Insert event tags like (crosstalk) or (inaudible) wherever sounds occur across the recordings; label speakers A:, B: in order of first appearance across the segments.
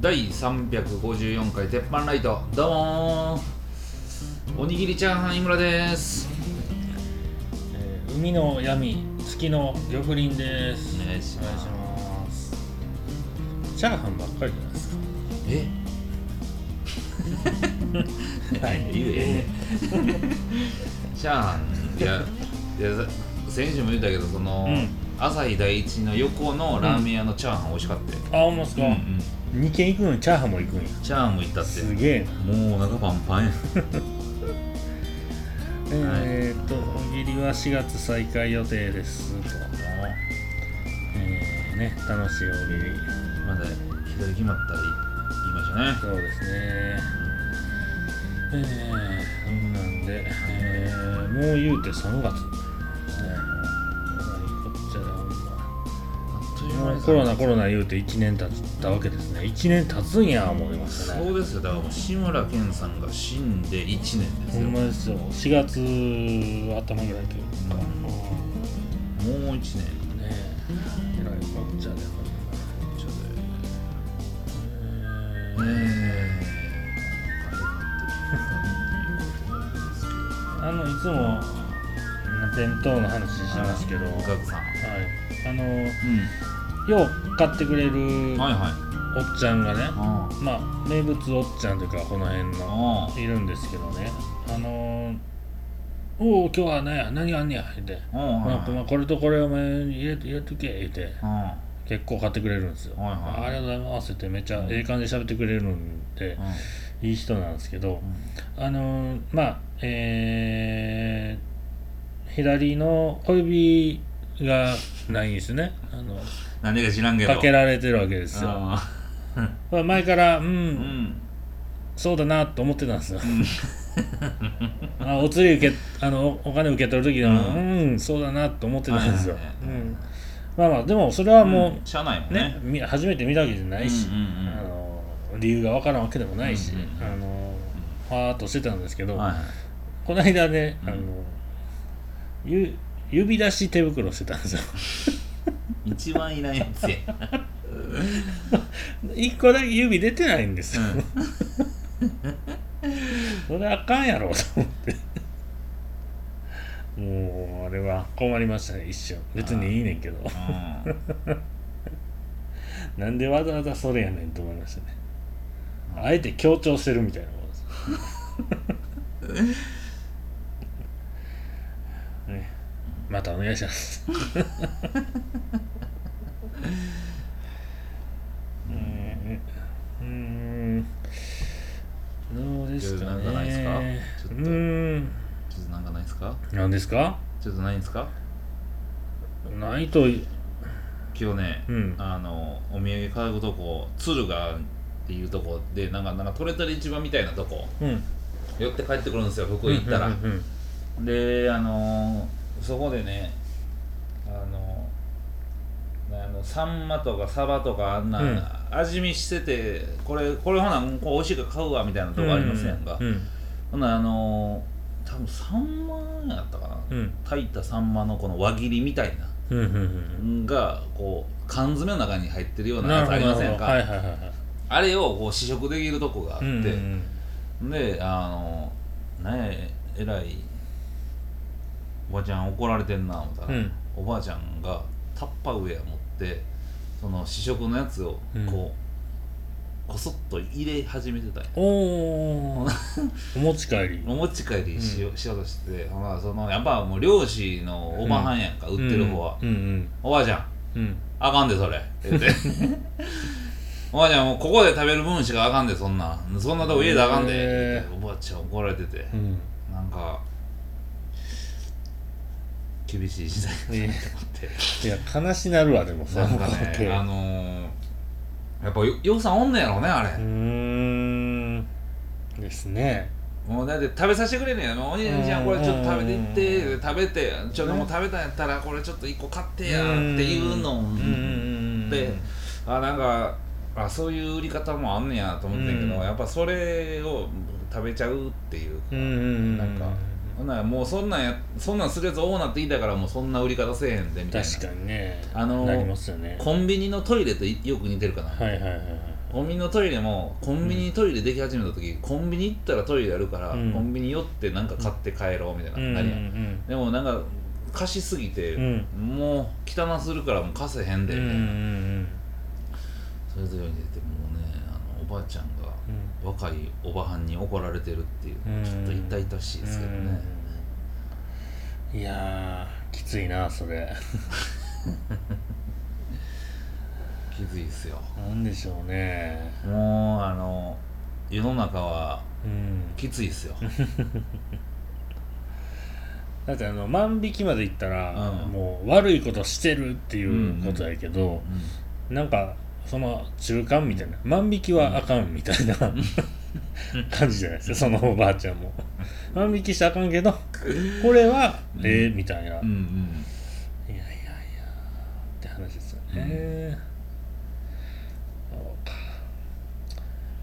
A: 第354回鉄板ライトどうもーおにぎりチャーハン井村です
B: えー海の闇月の魚不林です
A: お願いし
B: お願い
A: ま
B: し
A: す
B: ますチャーハンばっかりじゃないですか
A: え何言えチャーハンいやいやさ先週も言ったけどその、
B: うん
A: 朝日第一の横のラーメン屋のチャーハン美味しかったよ、
B: あほんまっすか、
A: うん
B: 2軒行くのにチャーハンも行くんや
A: チャーハンも行ったって
B: すげえな
A: もうお腹パンパンや
B: えーっと大喜利は4月再開予定ですとえーね楽しい大喜利
A: まだ左決まったり言いましたね
B: そうですねえーそんなんで、えーもう言うて3月ですねこっちゃでほんま
A: あっという間
B: もう
A: に
B: コロナコロナ言うて1年経ったわけですね1年経つんや思いましたね
A: そうですよだからもう志村けんさんが死んで1年です
B: ほ
A: よ
B: んま
A: もう
B: ですよ4月頭ぐらいというか、
A: 1年
B: ねえ偉いこっちゃで
A: ちょ
B: え
A: っとねえ
B: ー
A: ー
B: あのいつも弁当の話してますけど、はい
A: お、客さん
B: あの
A: う
B: よう買ってくれる
A: んはいはい
B: おっちゃんがね
A: あ
B: まあ名物おっちゃんというかこの辺の
A: あ
B: いるんですけどねあのー「おお今日は何や何があんねや」って
A: ああ
B: 「ま
A: は
B: あまあこれとこれお前入れ入れとけ」言うて
A: いは
B: 結構買ってくれるんですよ「
A: はいはい
B: あありがとうございます」ってめっちゃええ感じで喋ってくれるんで
A: いうん
B: いい人なんですけどあのーまあえー左の小指がないんですねあの
A: 何でか知らんけど
B: かけられてるわけですよ
A: あ
B: まあ前からう
A: あうんん
B: そうだなと思ってたんですよ。 (laughs) あお釣り受けあのおお金受け取る時でも、
A: う
B: うん、そうだなと思ってたんですよ。
A: はいはいは
B: うん、まあまあでもそれはも
A: ん社内も
B: う、ね
A: ね
B: み初めて見たわけじゃないし、
A: うんうんうん
B: あの理由がわからんわけでもないし、
A: うんうん
B: あのファーっとしてたんですけど、
A: はい
B: この間ね
A: う
B: あ
A: ん
B: の、ゆ指出し手袋してたんですよ。 (laughs)
A: 一番いらんやつや
B: 一個だけ指出てないんです
A: う
B: よ。
A: ん
B: それあかんやろと思ってもうあれは困りましたね一瞬別にいいねんけど
A: うん
B: なんでわざわざそれやねんと思いましたねあえて強調してるみたいなことです
A: (laughs)
B: ねまたお願いします
A: (laughs)
B: ねえうーんどうですか
A: いろいろなんかないですか
B: ね
A: ちょ
B: う
A: っと
B: ーん
A: ちょっとなんかないですか
B: 何ですか
A: ちょっとないんですか
B: ないとい
A: 今日ね、
B: うん
A: あのお土産買うとこ鶴がっていうとこでなんかなんか取れたり市場みたいなとこ
B: うん
A: 寄って帰ってくるんですよ福井行ったら、
B: うんうんうん
A: であのーそこでねあのあのサンマとかサバとかあんな、
B: うん
A: 味見しててこれこれほなこう美味しいから買うわみたいなとこありませんか、
B: うんうん
A: ほなあのー多分サンマやったかな、
B: うん
A: 炊いたサンマのこの輪切りみたいな
B: うんうんうん
A: がこう缶詰の中に入ってるような
B: な
A: や
B: る
A: つ
B: ほ
A: あ
B: ど
A: りませんか、
B: はいはいはいはい
A: あれをこう試食できるとこがあって、であのねええらいおばちゃん怒られてんな思ったら、
B: うん
A: おばあちゃんがタッパウェア持ってその試食のやつを
B: うん
A: こう、こそっと入れ始めてたんや
B: おおーお持ち帰り
A: お持ち帰りしよ,、うしようとしててほなそのやっぱもう漁師のおばはんやん (laughs) か、売ってる方は、
B: うんうん
A: おばあちゃん
B: うん
A: あかんでそれ」って
B: (laughs)
A: 言って「おばあちゃんもうここで食べる分しかあかんでそんなんそんなとこ家であかんで」
B: へ
A: っ
B: ー
A: ておばあちゃん怒られてて
B: う、ん
A: なんか厳しい時代だなと思って、
B: いや悲し (laughs) なるわでもそ
A: な
B: の
A: んか
B: 光景
A: ねあのーやっぱよようさんおんねやろねあれ
B: うー、んですね
A: もうだって食べさせてくれねえよお兄ちゃんこれちょっと食べていって、食べてちょっともう食べたんやったらこれちょっと一個買ってやっていうのを、
B: うんうんうん
A: であなんかあそういう売り方もあんねやと思ってんけど、
B: うん
A: やっぱそれを食べちゃうっていう
B: うんうんうん
A: なんかほんならもうそんなんやそんなんするやつ多なっていいだからもうそんな売り方せえへんでみたいな
B: 確かにね
A: あのー
B: なりますよね
A: コンビニのトイレといよく似てるかな、
B: はいはいはいはい
A: コンビニのトイレもコンビニトイレでき始めた時、コンビニ行ったらトイレあるから、
B: うん
A: コンビニ寄ってなんか買って帰ろうみたいな、
B: うんうんう
A: 何や
B: ん
A: でもなんか貸しすぎて、
B: うん
A: もう汚するからもう貸せへんで、
B: うんうんうんうん
A: それぞれに出てもうねあのおばあちゃんが若いおばはんに怒られてるっていう、
B: うん
A: ちょっと痛々しいですけどね、
B: うんいやーきついなそれ
A: 気づいですよ
B: なんでしょうね
A: もうあの世の中は
B: うん
A: きついですよ
B: だってあの万引きまでいったら、
A: うん
B: もう悪いことしてるっていうことやけど、なんかその中間みたいな万引きはあかんみたいな、感じじゃないですかそのおばあちゃんも万引きしたらあかんけどこれは
A: うん
B: ええみたいな、
A: うんうんうん
B: いやいやいやって話ですよね、そうか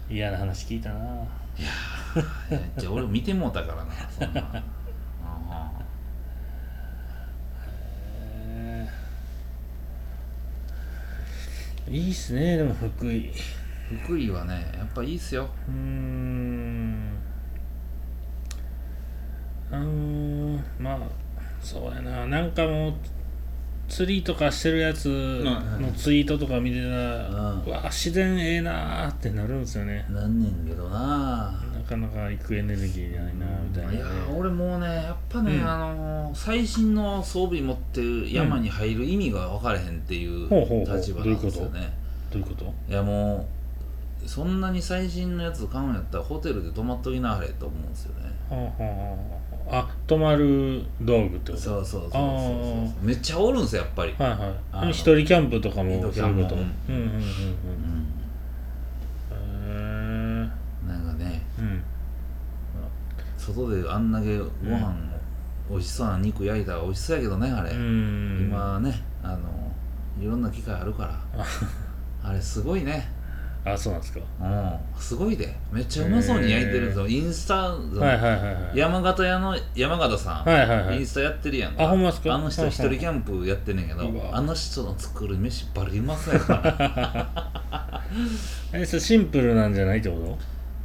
B: 嫌な話聞いたない
A: やじゃあ俺見てもうたからなそん
B: (laughs)
A: なあ
B: えーいいっすねでも福井
A: ー福井はねやっぱいいっすよ
B: うーんうーんまあそうやななんかもう釣りとかしてるやつのツイートとか見てたら、
A: うん
B: うわ自然ええなーってなるんですよね
A: なんねんけどな
B: なかなか行くエネルギーないなみたいな、ね、
A: いやー俺もうねやっぱね、
B: うん
A: あのー最新の装備持ってる山に入る意味が分からへんっていう
B: ほうほうほう
A: 立場なんですよね、
B: どういうこどういうこ
A: い
B: と
A: やもうそんなに最新のやつ買うんやったらホテルで泊まっときなはれと思うんですよね
B: はあはあはああ泊まる道具ってこと
A: そうそうそうそう
B: あ
A: そう
B: ー
A: めっちゃおるんすよやっぱり、
B: はい
A: あ
B: はい
A: の
B: 一人キャンプとか
A: 一人
B: も
A: キ
B: そ
A: ャン
B: うい
A: プ
B: うこと
A: う
B: うんんうんうん
A: う
B: うんへ
A: ん、なんかね
B: えうん
A: 外であんだけご飯、美味しそうな肉焼いたら美味しそうやけどねあれ、
B: うん
A: 今ねあのいろんな機会ある
B: (laughs)
A: からあれすごいね
B: あそうなんですか
A: うんすごいでめっちゃうまそうに焼いてるぞインスタの
B: はいはいはいはい
A: 山形屋の山形さん、
B: はいはいは
A: イン
B: い
A: スタやってるやんか
B: あほんまっすか
A: あの人一人キャンプやってんねんけど
B: うわ
A: あの人の作る飯バリうまそうや
B: (laughs)
A: から
B: えそれシンプルなんじゃないってこ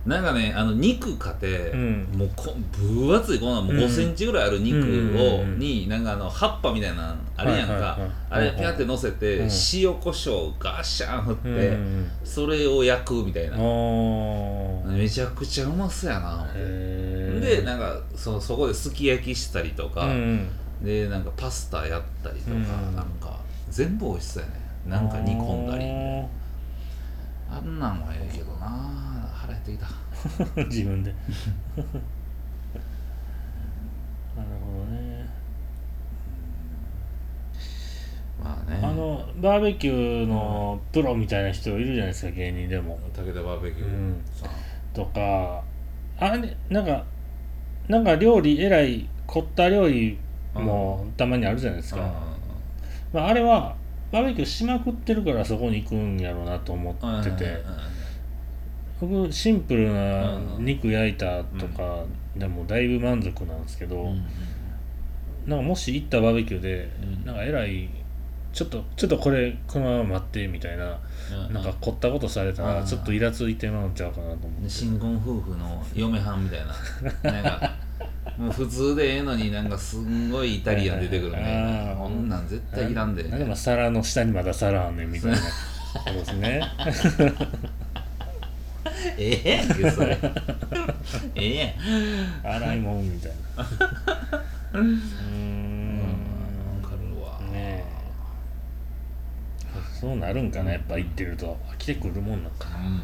A: なんかねあの肉買って、
B: うん
A: もうこ分厚いこんなんもう
B: うん
A: 5センチぐらいある肉を、
B: うん
A: になんかあの葉っぱみたいなのあれやんか、
B: はいはいはい
A: あれピャって乗せて、
B: うん
A: 塩コショウガシャン振って、
B: とうん
A: それを焼くみたい
B: あ
A: な、
B: ー
A: めちゃくちゃうまそうやな
B: へえ
A: でなんかそそこですき焼きしたりとか、
B: うん
A: でなんかパスタやったりとか、
B: うん
A: なんか全部美味しそうやねなんか煮込んだりあんなんはええけどな腹減ってきた
B: あー自分 (laughs) でなるほどね
A: まあね
B: あのバーベキューのプロみたいな人いるじゃないですか芸人でも
A: 武田バーベキュ
B: う
A: ー
B: ん
A: さん、
B: とかあれなんかなんか料理えらい凝った料理もたまにあるじゃないですか、まあ、あれはバーベキューしまくってるからそこに行くんやろうなと思
A: うん
B: ってて、
A: うん
B: 僕シンプルな
A: うん
B: 肉焼いたとかでもだいぶ満足なんですけど、
A: うんうん
B: なんかもし行ったバーベキューで、
A: うん
B: なんかえらいちょっとちょっとこれこのまま待ってみたいな
A: うんうん
B: なんか凝ったことされたら
A: うん
B: ちょっとイラついてまうんちゃうかなと思って
A: 新婚夫婦の嫁はんみたいななんかもう普通でええのになんかすんごいイタリアン出てくる
B: はいはいはいあ
A: ね
B: ー
A: こんなん絶対いらんで
B: なんでも皿の下にまだ皿あんねんみたいなそうですね
A: (laughs) ええやんけそれええやん
B: 洗いもんみたいなうーん
A: わかるわ
B: ねえそうなるんかなやっぱ行ってると飽きてくるもんなんかな
A: うん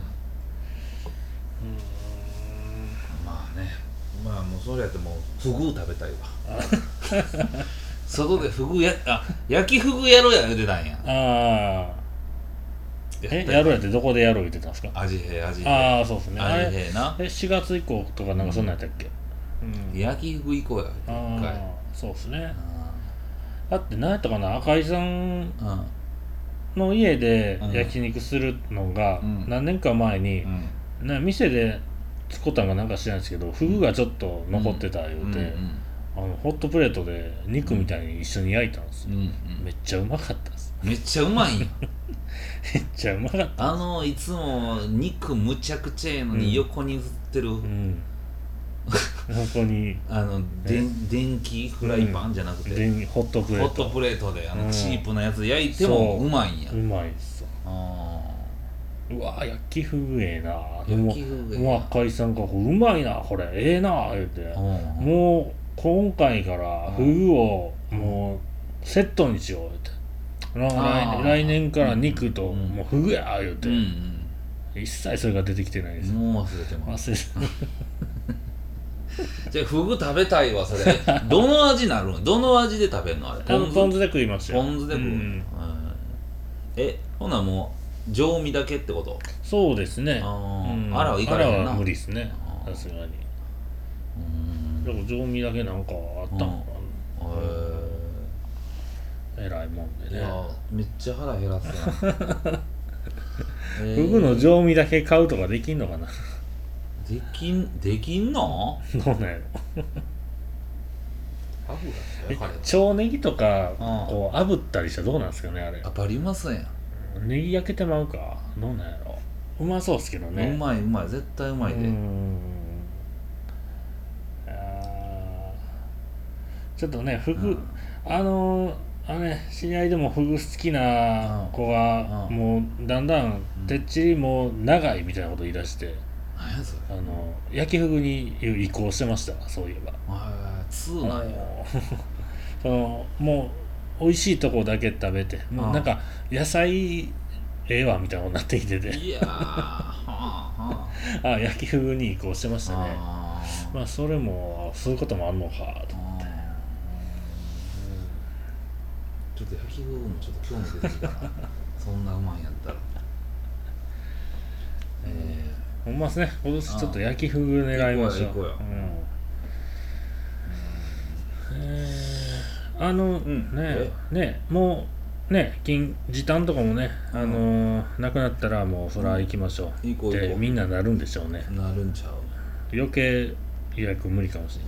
A: まあねまあもうそれやってもうフグ食べたいわ外でフグやあ焼きフグやろうや言うてたんや
B: ああ
A: や
B: え
A: った
B: やろうやってどこでやろう言ってたんですか
A: 味へ味へ
B: ああそうですねあ
A: 味
B: れ
A: へな
B: え4月以降とかなんかそんなんやったっけうん
A: 焼きフグ行こうや
B: あ
A: 一回
B: あそうですねだって何やったかな赤井さん
A: うんうん
B: の家で焼肉するのが
A: うん
B: 何年か前に
A: う、ん
B: な店で作ったんかなんか知らないですけどフグがちょっと残ってた言うて、
A: うん
B: あのホットプレートで肉みたいに一緒に焼いたんです
A: う
B: よ、
A: んうん
B: めっちゃうまかったです (laughs)
A: めっちゃうまいんや
B: めっちゃうまかった
A: あのいつも肉むちゃくちゃええの
B: うん
A: に横に売ってる、 (laughs)
B: うん本当に
A: あのでん電気フライパンじゃなくて、
B: でホットプレ
A: ホ
B: ー
A: ット
B: ト
A: プレートであ
B: うん
A: のチープなやつで焼いても
B: そう
A: うまいんや、
B: うまいっすわ
A: あ
B: うわ焼き風ええな
A: ー焼き風
B: うわ解散かこううまいなこれええな言うて
A: うん
B: もう今回からフグをもうセットにしよう言うて来
A: あ
B: 来
A: ー
B: 来年から肉と
A: うん
B: もうフグや言うて、
A: うん
B: 一切それが出てきてないで
A: う
B: す、
A: んもう忘れてます
B: 忘れ
A: じゃあフグ食べたいわそれ
B: (laughs)
A: どの味なるんどの味で食べるのあれ
B: たあのポン酢で食いましたよ
A: ポン酢で食う
B: うん
A: や、
B: ん
A: うんえほなもう常味だけってこと
B: そうですね
A: あー
B: うん
A: あらはいかれへんな
B: あは無理ですね
A: あー
B: さすがに
A: うん
B: でも常味だけなんかあったのか
A: へー
B: な、えらいもんで
A: い
B: ね
A: やめっちゃ腹減らすなえー
B: フグの常味だけ買うとかできんのかな
A: できんできんの
B: どうなんやろ
A: ハブ
B: え
A: だっ
B: 蝶ネギとか
A: うん
B: こう炙ったりしたらどうなんですかねあれ
A: 当たりますやん、
B: ネギ焼けてまうかどうなんやろうまそうっすけどね
A: うまいうまい絶対うまいで、
B: うーんあーちょっとねフグ、
A: うん
B: あのーあのね知り合いでもフグ好きな子が、
A: うん
B: もうだんだん
A: うん
B: てっちりもう長いみたいなこと言い出して、
A: 何やそれ
B: あの焼きフグに移行してましたそういえば
A: あーツーなんや
B: もう (laughs) そのもう美味しいとこだけ食べてもうなんか野菜ええわみたいなことになってきてて
A: いやーはあは
B: あ焼きフグに移行してましたね
A: ああー
B: まあそれもそういうこともあんのかと
A: うんちょっと焼き具もちょっと興味出てきたなそんなうまいんやったら
B: (laughs)
A: え
B: ほんまですね今年ちょっと焼きフグ狙いましょう
A: 行こうよ行こうよ
B: うんえーあの、
A: ん
B: ねねもうね金時短とかもねあのーなくなったらもうそら行きましょう
A: ー、いい子
B: っ
A: いい
B: て
A: 子
B: みんななるんでしょうね
A: なるんちゃう
B: 余計予約無理かもし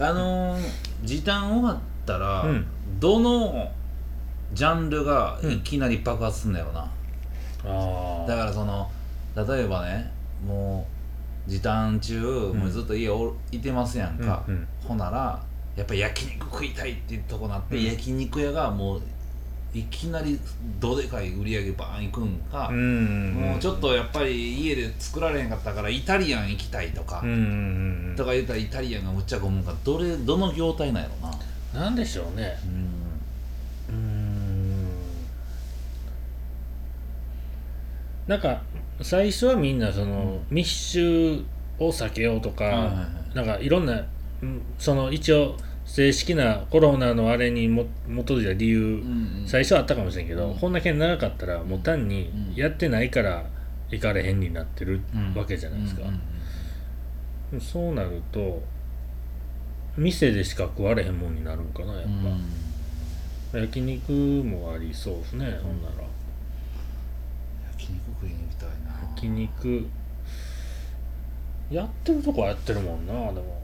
B: れない
A: あのー、時短終わったら、
B: うん
A: どのジャンルがいきなり爆発すんだよな、
B: あ
A: だからその例えばねもう時短中、もうずっと家おいてますやんか、
B: うんうん
A: ほならやっぱ焼肉食いたいっていうとこなって、
B: うん
A: 焼肉屋がもういきなりどでかい売り上げバーンいくんか、
B: うんうん
A: もうちょっとやっぱり家で作られへんかったからイタリアン行きたいとか、
B: うんうんうん
A: とか言ったらイタリアンがむっちゃくむんかどれどの業態なんやろな
B: なんでしょうね
A: うん
B: うーんなんか最初はみんなその密集を避けようと
A: はいはいは
B: か、なんかいろんなうんその一応正式なコロナのあれにも基づいた理
A: い
B: 由、
A: うんうん
B: 最初はあったかもしれんけど、
A: うん
B: こんだけ長かったらもう単に
A: うん
B: やってないから行かれへんになってるわけじゃないですか、
A: うんうんうん
B: そうなると店でしか食われへんもんになるんかなやっぱ、焼肉もありそうですね、ほんなら
A: 焼肉食いに行きたいな
B: 焼肉やってるとこはやってるもんなでも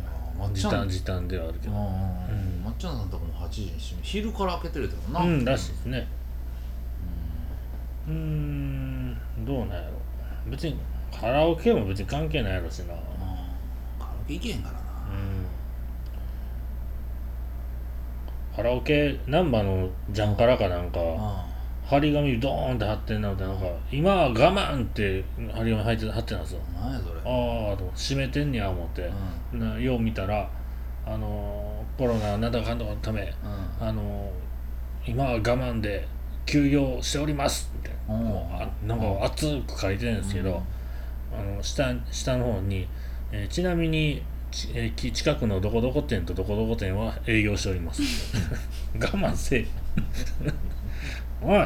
A: いやまっ
B: 時
A: ちゃ
B: 短
A: ん
B: 時短ではあるけ
A: うん
B: ど
A: うんうんまっちゃんさんとこも8時に閉め昼から開けてるだろうな
B: うんらしいですね
A: うん
B: うーんどうなんやろ別にカラオケも別に関係ないやろしなう
A: あーカラオケ行けへんからなん
B: カラオケ難波のジャンカラかなんか
A: あ
B: 張り紙ドーンって貼ってんなってなんか今は我慢って張り紙貼って貼ってたんですよ
A: ー何やそれ
B: ああと閉めてんねや思って
A: うん
B: なよう見たら、あのーコロナなんだかんだのため、あのー今は我慢で休業しておりますみたいな,、
A: うん
B: あなんか熱く書いてるんですけど、あの下下の方に、えーちなみにちえーき近くのどこどこ店とどこどこ店は営業しております (laughs) 我慢せえお前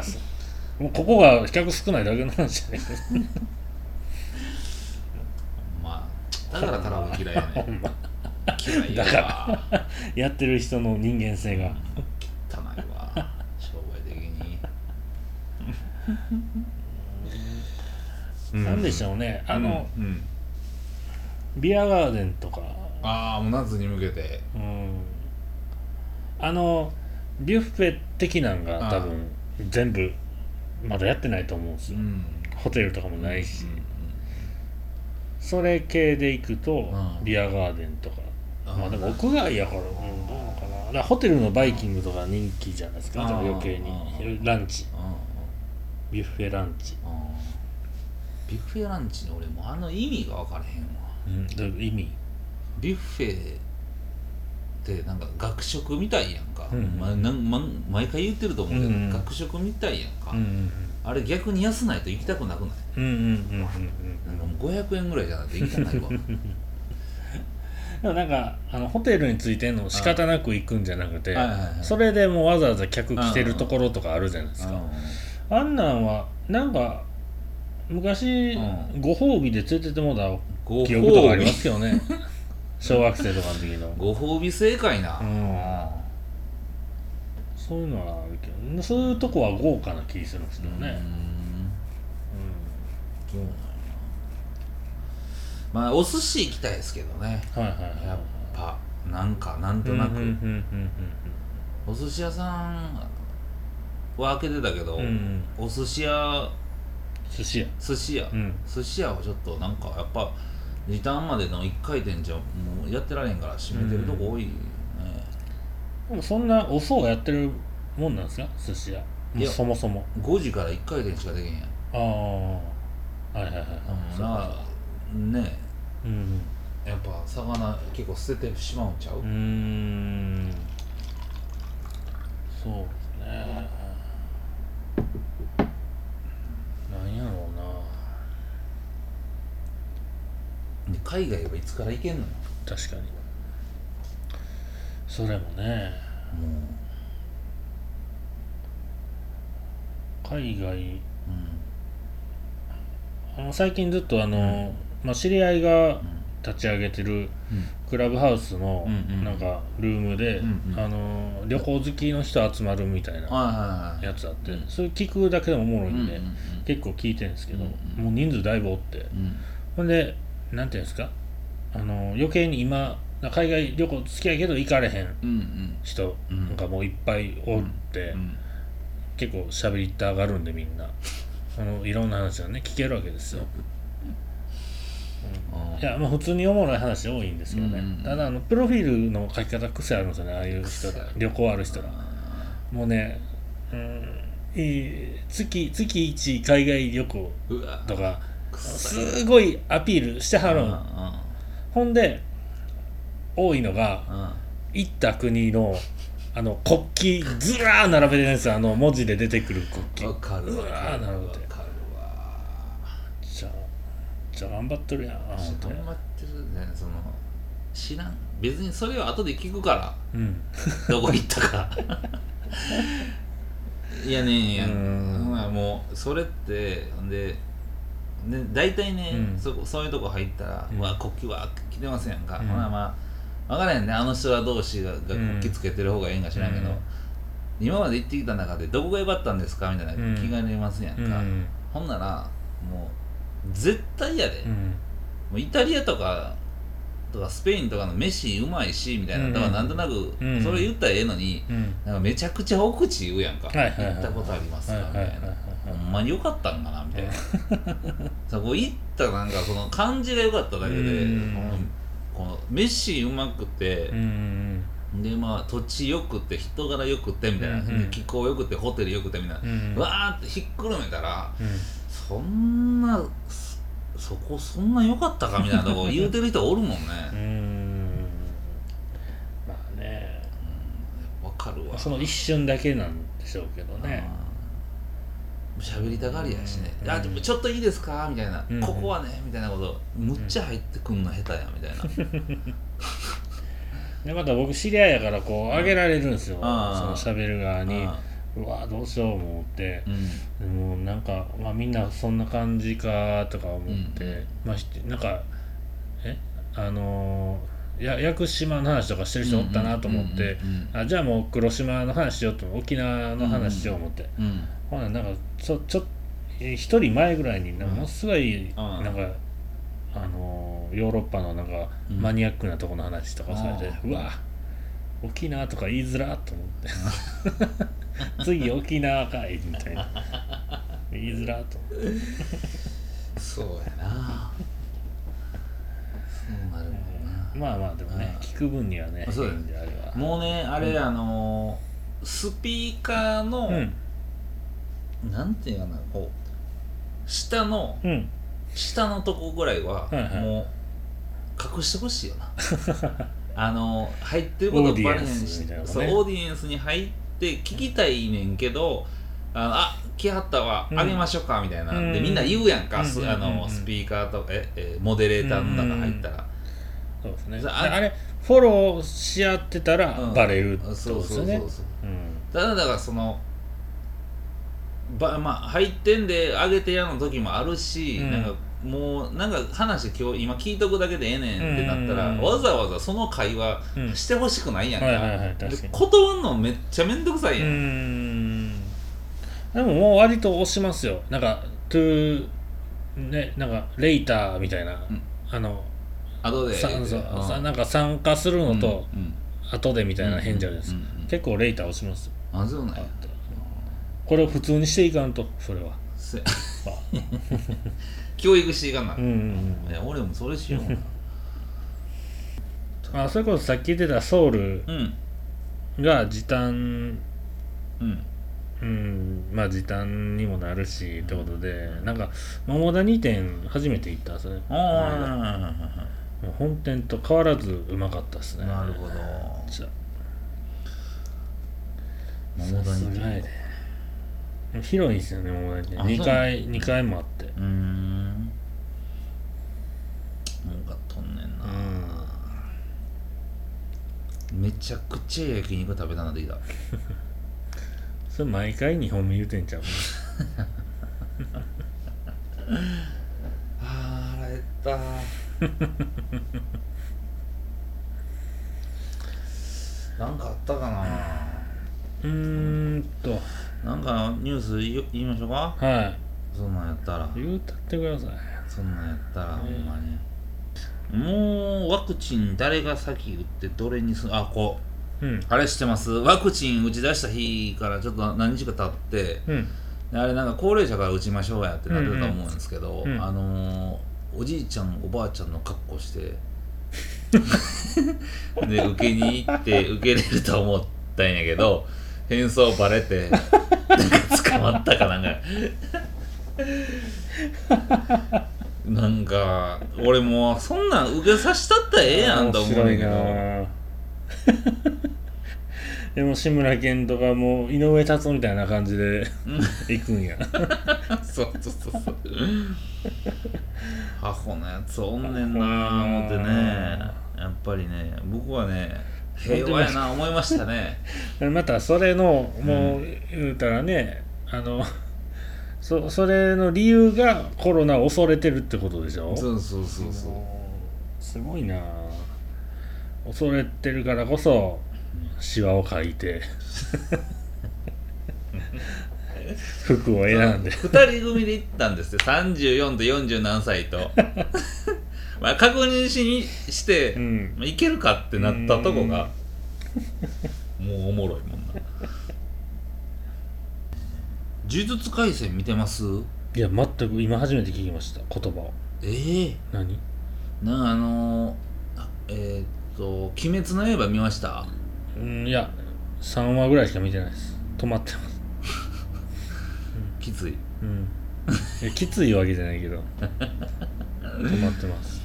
B: もうここが客少ないだけの話じゃね
A: うんまあだからカラオケ嫌いや
B: えかほ
A: ね
B: んま
A: 嫌いや
B: だ
A: わ
B: やってる人の人間性が。
A: 汚いわ商売的に
B: なんでしょうね、あの、
A: うんうん
B: ビアガーデンとか、
A: ああもう夏に向けて
B: うん、あのビュッフェ的なんが多分全部まだやってないと思うんです
A: う
B: よ、
A: ん
B: ホテルとかもないし、
A: うん
B: それ系で行くと、
A: うん
B: ビアガーデンとか
A: あ
B: まあでも屋外やから、うん、どうなのかなだからホテルのバイキングとか人気じゃないですか
A: あ
B: で
A: ー
B: も余計
A: あ
B: に
A: ー
B: ランチ
A: うんうん
B: ビュッフェランチ、
A: うんビュッフェランチの俺もうあの意味が分からへんわ
B: うん、どういう意味
A: ビュッフェってなんか学食みたいやんか、
B: うん
A: まなんまん毎回言ってると思うけど、
B: うんうん
A: 学食みたいやんか、
B: ん
A: あれ逆に安ないと行きたくなくない
B: うんうんうんうんうん
A: なんかもう500円ぐらいじゃないと行きた
B: (laughs)
A: ないわ
B: でもなんかあのホテルについてんの仕方なく行くんじゃなくて、
A: はいはいはい
B: それでもうわざわざ客来てるところとかあるじゃないですか、あんなんはなんか昔、
A: うん
B: ご褒美で連れてってもらっ
A: ご
B: た記憶とかあ
A: 褒
B: り
A: 美
B: ますけどね小学生とかの時 (laughs) の
A: ご褒美正解な、
B: うんそういうのはあるけどそういうとこは豪華な気するんですけどね、
A: うん
B: う
A: そうなんやなまあお寿司行きたいですけどね
B: んはいはいはい
A: やっぱなんかなんとなく、
B: うんうんうん
A: お寿司屋さんは開けてたけど、
B: うんうんうん
A: お寿司屋
B: 寿司屋
A: 寿司屋、
B: うん
A: 寿司屋はちょっとなんかやっぱ時短までの1回転じゃもうやってられへんから閉めてるとこ多いよね、
B: でもそんなお層がやってるもんなんですか寿司屋
A: いや
B: そもそも
A: 5時から1回転しかできへんやん、
B: ああはいはい
A: う
B: はい
A: ん、
B: そう
A: だ
B: か
A: からね
B: うん
A: やっぱ魚結構捨ててしまうんちゃう、
B: うんうーんそうですねなんやろうな
A: で海外はいつから行けんのよ
B: 確かにそれもね
A: も
B: 海外
A: ううん
B: あの最近ずっとあの、まあ、知り合いが立ち上げてるクラブハウスの
A: うんうん
B: なんかルームで、
A: うんうん
B: あの旅行好きの人集まるみたい
A: は
B: な
A: いはいはい
B: やつあって、
A: うん
B: それ聞くだけでもおもろいんで、
A: うんうんうん
B: 結構聞いてるんですけど、
A: うんうん
B: もう人数だいぶおって
A: うん
B: ほんでなんていうんですかあの余計に今海外旅行好きやけど行かれへん
A: うん
B: 人がもういっぱいおって、
A: うんうん
B: 結構喋りって上がるんでみん
A: (laughs)
B: なあのいろんな話がね聞けるわけですよ、うんいやまあ普通におもろい話多いんですけどね、
A: うんうん
B: ただあのプロフィールの書き方癖あるんですよねああいう人ら旅行ある人らもうね、うん、いい月月1海外旅行
A: うわ
B: とか
A: 臭い
B: すごいアピールしては
A: う
B: る
A: んうん
B: んほんで多いのが
A: うん
B: 行った国のあの国旗ずらー並べてるんですよあの文字で出てくる国
A: わ
B: 旗
A: かるわ
B: うわ
A: か
B: ー
A: る
B: なるほ
A: わか
B: ど
A: るわ
B: じゃあじゃあ頑張っとるやん思って
A: 頑張ってるねその知らん別にそれは後で聞くから
B: うん
A: どこ行ったかいやねいや
B: うん
A: ほなもうそれってほんでで大体ね、
B: うん
A: そこそういうとこ入ったら「
B: う
A: うんわ国旗は来てませんか
B: うん
A: ほなまあ分からへんねあの人ら同士がが国旗つけてる方がええんか知らんけど、
B: うん
A: 今まで行ってきた中でどこが良かったんですかみたいな
B: うん
A: 気が出ますやんか、
B: うん
A: ほんならもう絶対やで、
B: う
A: も
B: ん
A: うイタリアとかとかスペインとかの飯うまいしみたいな、
B: うん
A: だからなんとなく
B: うん
A: それ言ったらええのに、
B: うん
A: なんかめちゃくちゃ奥口言うやんか、
B: はいはいはい
A: 行ったことありますか
B: はい
A: み
B: は
A: た
B: いはいい
A: な、ほんまに良かったんかなみ
B: (laughs)
A: たいな、そこ行ったなんかその感じが良かっただけで、
B: うん
A: このこの飯うまくて
B: う、ん
A: でまあ土地良くて人柄良くてみたいな、
B: うんうん
A: で気候良くてホテル良くてみたいな、
B: うん
A: わーってひっくるめたら
B: うん
A: そんなそそこそんな良かったかみたいなとこ言うてる人おるもんね
B: うーんまあね
A: わかるわ
B: その一瞬だけなんでしょうけどね
A: うん喋りたがりやしね「
B: うん
A: あでもちょっといいですか?」みたいな、
B: うん
A: ここはね」みたいなことむっちゃ入ってくんの下手やみたいな、
B: でまた僕知り合いやからこう上げられるんですよそ
A: あ
B: の
A: ー
B: 喋る側に
A: あ
B: うわどうしよう思って
A: ーうん
B: でもなんか、まあ、みんなそんな感じかとか思って、
A: うん
B: まあひ、なんかえあのーや屋久島の話とかしてる人おったなと思って、
A: うんうん
B: あじゃあもう黒島の話しようと沖縄の話しよう思って、
A: うんうん
B: ほななんかちょちょえ一人前ぐらいにな
A: う
B: んか
A: ん
B: ものすごい、
A: ん
B: なんかあのーヨーロッパのなんか
A: うん
B: マニアックなとこの話とかされて、
A: あ
B: う
A: ー
B: わ沖縄と (laughs) か言いづらっと思って次沖縄かいみたいな言いづらーと思って
A: そうやなそうなるもんな
B: まあまあでもね
A: うん
B: 聞く分にはね
A: そうだね
B: いいんであれは
A: もうねあれ、
B: うん
A: あのスピーカーの、
B: うん
A: なんていうかなこう下の
B: うん
A: 下のとこぐらいは、
B: はいはい
A: もう隠してほしいよな (laughs) あの入ってるこ
B: オ
A: と
B: ーディ
A: バレ
B: エ
A: へん
B: ンス
A: し、
B: みたいなのね
A: そうオーディエンスに入って聞きたいねんけどあのあ来はったわ、
B: うん
A: あげましょうかみたいなんで、
B: うん
A: みんな言うやんか、
B: うん
A: す
B: うん
A: あ
B: うんう
A: の
B: ん
A: スピーカーとかええモデレーターの中入ったら、
B: そうですね
A: じゃあ
B: ああれフォローし合ってたら
A: うん
B: バレるってこ
A: そう
B: と
A: そう
B: です
A: そ
B: よ
A: う
B: ね
A: そう
B: うん
A: ただだからそのばまあ入ってんで上げてやの時もあるし、
B: うん
A: なんかもうなんか話今日今聞いとくだけでええねんってなったら、
B: うん
A: わざわざその会話
B: うん
A: してほしくないやんか、
B: はいはいはい
A: で
B: 確かに
A: 断るのめっちゃめんどくさいやん、
B: うーんでももう割と押しますよなんか「to ねなんか「レイター」みたいな、
A: うん
B: あの
A: 後で
B: さそう
A: うん
B: さなんか参加するのと
A: うんうん
B: 後でみたいな変じゃないですか、
A: うんうんうん
B: 結構「レイター」押しますよ
A: あそうなん
B: あ
A: (laughs) や
B: とこれを普通にしていかんとそれは
A: せ
B: あ
A: 教育していかな、
B: うんうん
A: いや俺もそれしような
B: うんあそれこそさっき言ってたソウル
A: うん
B: が時短
A: うん
B: うんまあ時短にもなるしってことでなんか桃田2店初めて行ったんですね
A: ああ
B: もう本店と変わらずうまかったですね
A: なるほど
B: じゃ
A: 桃
B: さ
A: 谷
B: すがやで広いんですよね桃谷店
A: あそう
B: 2階二階もあって
A: うーん儲かっとんねんな、めちゃくちゃ焼肉食べたなってきた
B: それ毎回2本目言うてんちゃう
A: あー腹減った (laughs) なんかあったか
B: うーんと
A: ななんかニュースよ言いましょうか
B: は
A: そんなんやったら
B: い言うたってください
A: そんなんやったらほんまにもうワクチン誰が先打ってどれにすあこう
B: うん
A: あれ知ってますワクチン打ち出した日からちょっと何日か経って
B: うん
A: であれなんか高齢者から打ちましょうやってなってたと思うんですけど、
B: うんうん
A: あのーおじいちゃんおばあちゃんの格好して (laughs) で受けに行って受けれると思ったんやけど変装バレてなんか捕まったかなんかなんか俺もうそんなん受けさしたったらええやんと思うんやけど
B: 面白いなあ
A: (laughs)
B: でも志村けんとかもう井上達夫みたいな感じで行くんや (laughs)
A: そうそうそうそうアホなやつおんねんなあ思ってねやっぱりね僕はね平和やな思いましたね
B: またそれのもう言うたらね、あのそそれの理由がコロナを恐れてるってことでしょ
A: そうそうそうそう
B: すごいなあ恐れてるからこそシワを書
A: (laughs)
B: いて服を選
A: (laughs)
B: んで
A: 2人組で行ったんですよ34と40何歳 (laughs) とまあ確認しにして、
B: うん
A: まあいけるかってなったとこがもうおもろいもんな呪術廻戦見てます
B: いや全く今初めて聞きました言葉を
A: ええ
B: 何
A: なあのーあえーっと「鬼滅の刃」見ました
B: うんいや3話ぐらいしか見てないです止まってます
A: きつい
B: うんいやきついわけじゃないけど止まってます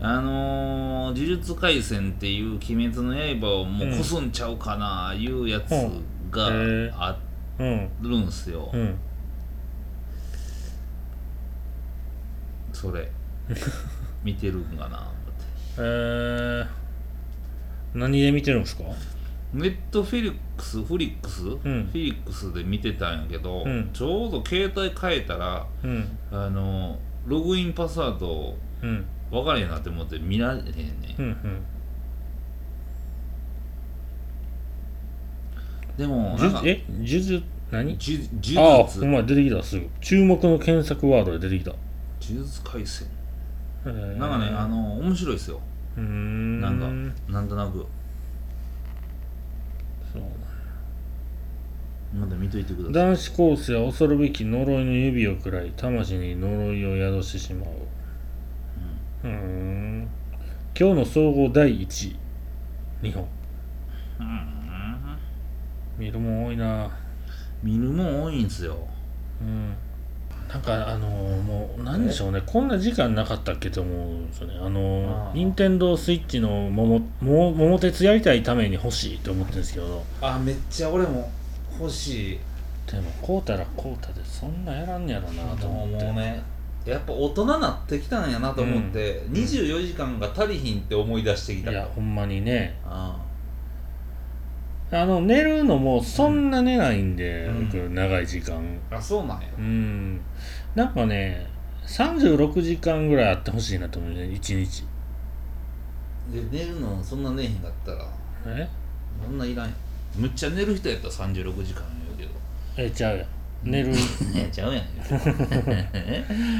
A: あのー呪術廻戦」っていう「鬼滅の刃」をもうこすんちゃうかないうやつが
B: うんへー
A: あ
B: うん
A: るんすよ、
B: うん
A: それ見てるんかな思って
B: えー、何で見てるんですか
A: ネットフィリックスフリックス、フ
B: ん
A: ィリックスで見てたんやけど、
B: うん
A: ちょうど携帯変えたら
B: うん
A: あのーログインパスワード
B: うん
A: 分からへんなって思って見られへんねん
B: うんうん
A: でも
B: じ
A: な
B: ゅ
A: んか
B: え呪術
A: 呪
B: 何
A: 術
B: ああ
A: 呪
B: ほんまや出てきたすぐ注目の検索ワードで出てきた、
A: 術廻戦
B: えー
A: なんかねあの面白いですよ
B: うーん
A: なんなんとなく
B: そう
A: まだ見といてください
B: 男子高生は恐るべき呪いの指を食らい魂に呪いを宿してしまううーん今日の総合第1位日本
A: うん、うん
B: 見るもん多いな
A: 見るもん多いんすよ
B: うんなんかあのーもうなんでしょうねこんな時間なかったっけと思うんですよねあ
A: あ
B: のー
A: ー
B: 任天堂スイッチの桃桃桃鉄やりたいために欲しいと思ってるんですけど
A: あめっちゃ俺も欲しい
B: でもこうたらこうたでそんなやらんやろなと
A: も
B: 思
A: う
B: って
A: ねやっぱ大人なってきたんやなと思って、24時間が足りひんって思い出してき
B: い
A: た
B: やほんまにね
A: あ
B: あの寝るのもそんな寝ないんで、
A: うん
B: 僕長い時間
A: あそうなんや
B: うんなんかね36時間ぐらいあってほしいなと思うね1日
A: で寝るのそんな寝へんかったら
B: え
A: そんないらんやんむっちゃ寝る人やったら36時間言う
B: えちゃうやん寝る
A: け (laughs) ど寝ちゃうやん
B: (laughs)
A: (laughs)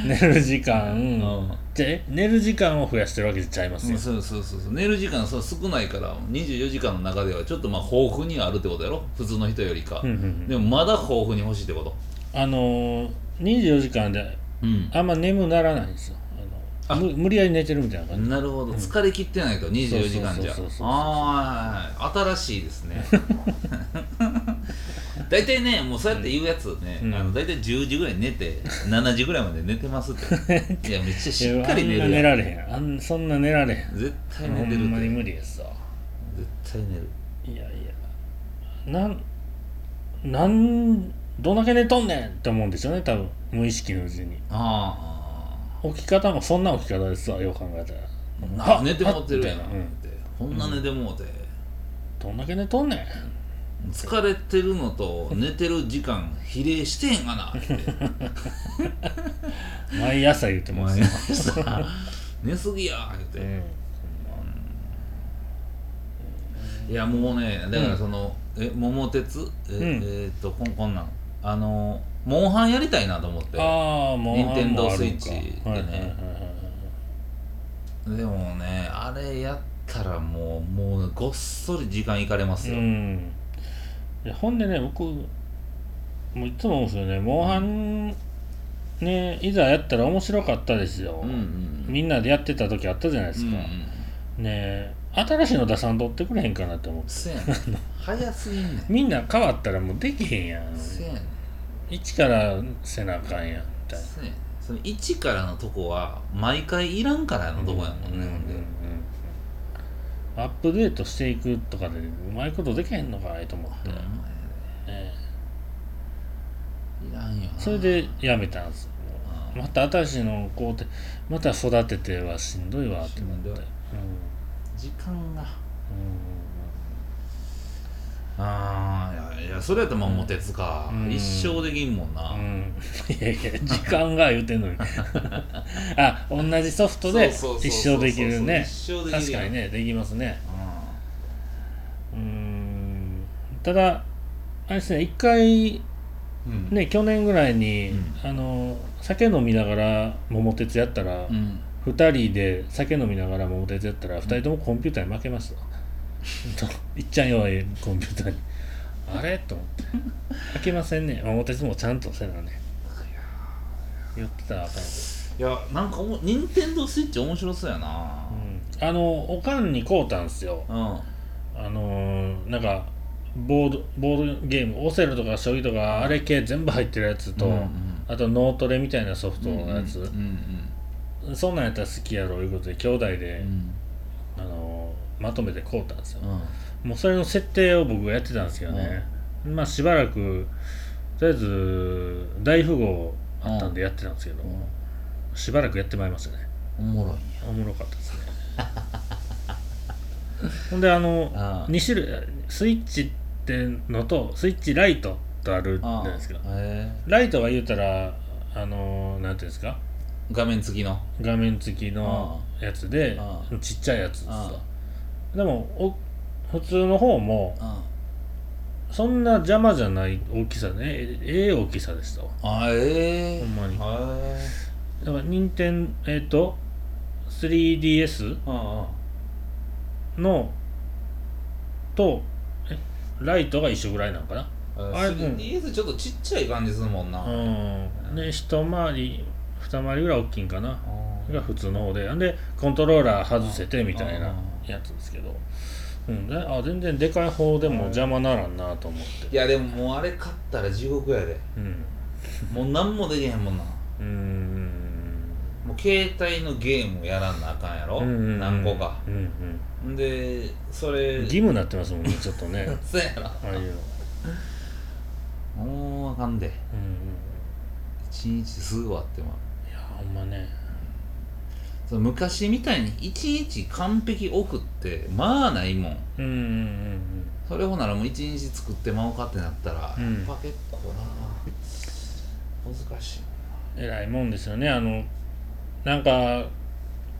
B: 寝る時間、
A: う
B: じゃえ寝る時間を増やしてるわけちゃいます
A: う
B: よ
A: ん、、そうそうそうそう寝る時間そう少ないから24時間の中ではちょっとまあ豊富にあるってことやろ普通の人よりか、
B: うんうんう
A: で
B: ん
A: もまだ豊富に欲しいってこと
B: あのー、24時間で
A: うん
B: あんま眠ならないんですよあのむ無理やり寝てるみたいな感じ
A: なるほど、疲れ切ってないと24時間じゃ
B: そうそうそうそうそう
A: ああ新しいです
B: (laughs)
A: ね大体ねもうそうやって言うやつね、
B: うん
A: あの大体10時ぐらいに寝て7時ぐらいまで寝てますって
B: (laughs)
A: いやめっちゃしっかり寝
B: いやあん
A: る
B: な寝
A: やん
B: られへんあんそんな寝られへん
A: 絶対
B: ほ
A: 寝てる
B: んま
A: っ
B: に
A: て
B: 無理ですわ
A: 絶対寝る
B: いやいやなんなんどんだけ寝とんねんって思うんですよね多分無意識のうちに
A: あー
B: 起き方もそんな起き方ですわよう考えたら
A: あー
B: あ
A: 寝てもうてるやん
B: あ
A: って
B: みたいなうん、
A: こんな寝てもうて、
B: どんだけ寝とんねん
A: 疲れてるのと寝てる時間比例してへんがなって
B: (laughs) 毎朝言って
A: お
B: ます
A: 前
B: よ、
A: さ寝すぎや言って、
B: うん
A: いやもうねだからその、え桃鉄え,、
B: ん
A: えーっとこんこんなんあのモンハンやりたいなと思って
B: ああもう
A: 任天堂
B: あんもあるん
A: スイッ
B: か
A: チでね
B: はいはいはいはい
A: でもねあれやったらもうもうごっそり時間いかれます
B: う
A: よ、
B: んいやほんでね僕もういつも思うんですよねモンハンねいざやったら面白かったですよ、
A: うんうん
B: みんなでやってた時あったじゃないです
A: うん
B: か、
A: うん
B: ねえ新しいの出さんとってくれへんかなって思って
A: せやねん早すぎんねん
B: みんな変わったらもうできへんやん
A: せやねん
B: 一からせなあかんやんみたいな
A: せやねんその1からのとこは毎回いらんからのとこやもんね、ほんで
B: アップデートしていくとかでうまいことできへんのかいと思って、
A: ほんまや
B: ええ
A: でいらんよな
B: それでやめたんですよ
A: あ
B: また新しいのをこうてまた育ててはしんどいわって思っ
A: しん
B: て
A: ど
B: う
A: い
B: んうん
A: 時間がああいやいやそれやったら桃鉄か、
B: うん
A: 一生できんもんな、
B: うん、いやいや時間が言うてん
A: (laughs)
B: のにあ同じソフトで
A: そうそうそうそう
B: 一生できるね
A: 一生できる
B: 確かにねできますね
A: う
B: うーんただあれですね一回
A: ん
B: ね去年ぐらいに、
A: うん
B: あの酒飲みながら桃鉄やったら、
A: うん
B: 2人で酒飲みながら桃鉄やったら2人ともコンピューターに負けま (laughs) したほんといっちゃん弱いコンピューターにあれと思って負けませんね桃鉄もちゃんとせなね言ってたらあかんけ
A: いやなんかおも任天堂スイッチ面白そうやな
B: ど、うん、あのおかんに買うたんすよ
A: うん、
B: あのーなんかボードボードゲームオセロとか将棋とかあれ系全部入ってるやつと、
A: うんうん
B: あと脳トレみたいなソフトのやつ、
A: うん
B: そんなんやったら好きやろいうことで兄弟
A: う
B: で、
A: ん
B: あのーまとめて買うたんですよ、
A: うん
B: もうそれの設定を僕がやってたんですけどね、まあしばらくとりあえず大富豪あったんでやってたんですけど、
A: う
B: しばらくやってまいりましたね
A: んおもろいんや
B: おもろかったですね
A: (laughs)
B: ほんであの
A: あ
B: 2種類スイッチってのとスイッチライトとあるじゃないですか
A: え
B: ライトは言うたらあのなんていうんですか
A: ー画面付きの
B: 画面付きのやつで
A: あ
B: ちっちゃいやつです
A: あ
B: わでもお普通の方も
A: あ
B: そんな邪魔じゃない大きさねえええ大きさでしたわ
A: あええ
B: ほんまにだか
A: え
B: ら任天えっ、と
A: ー、
B: 3DS
A: あ
B: のとえライトが一緒ぐらいなのかなあれうん
A: 3DS ちょっとちっちゃい感じするもんな、
B: うんで一回り二回りぐらい大きいんかな
A: あ
B: が普通の方ででコントローラー外せてみたいなやつですけど、うん、であ全然でかい方でも邪魔ならんなと思って
A: いやでももうあれ買ったら地獄 (laughs) やで
B: うん
A: もう何もできへんもんな
B: うーん
A: もう携帯のゲームやらんなあかんやろ、
B: うんうんうん
A: 何個か
B: うんうん
A: んでそれ
B: 義務になってますも
A: (laughs)
B: んねちょっとね
A: そうやろ
B: ああいうの、
A: もうあかんで
B: うん
A: 一日すぐ終わってまう
B: うん、いやほんまね
A: その昔みたいに一日完璧送ってまあないもん
B: うんうんうん
A: それほならもう一日作ってまおうかってなったら、
B: うん
A: やっぱ結構な難しい
B: うん偉いもんですよねあのなんか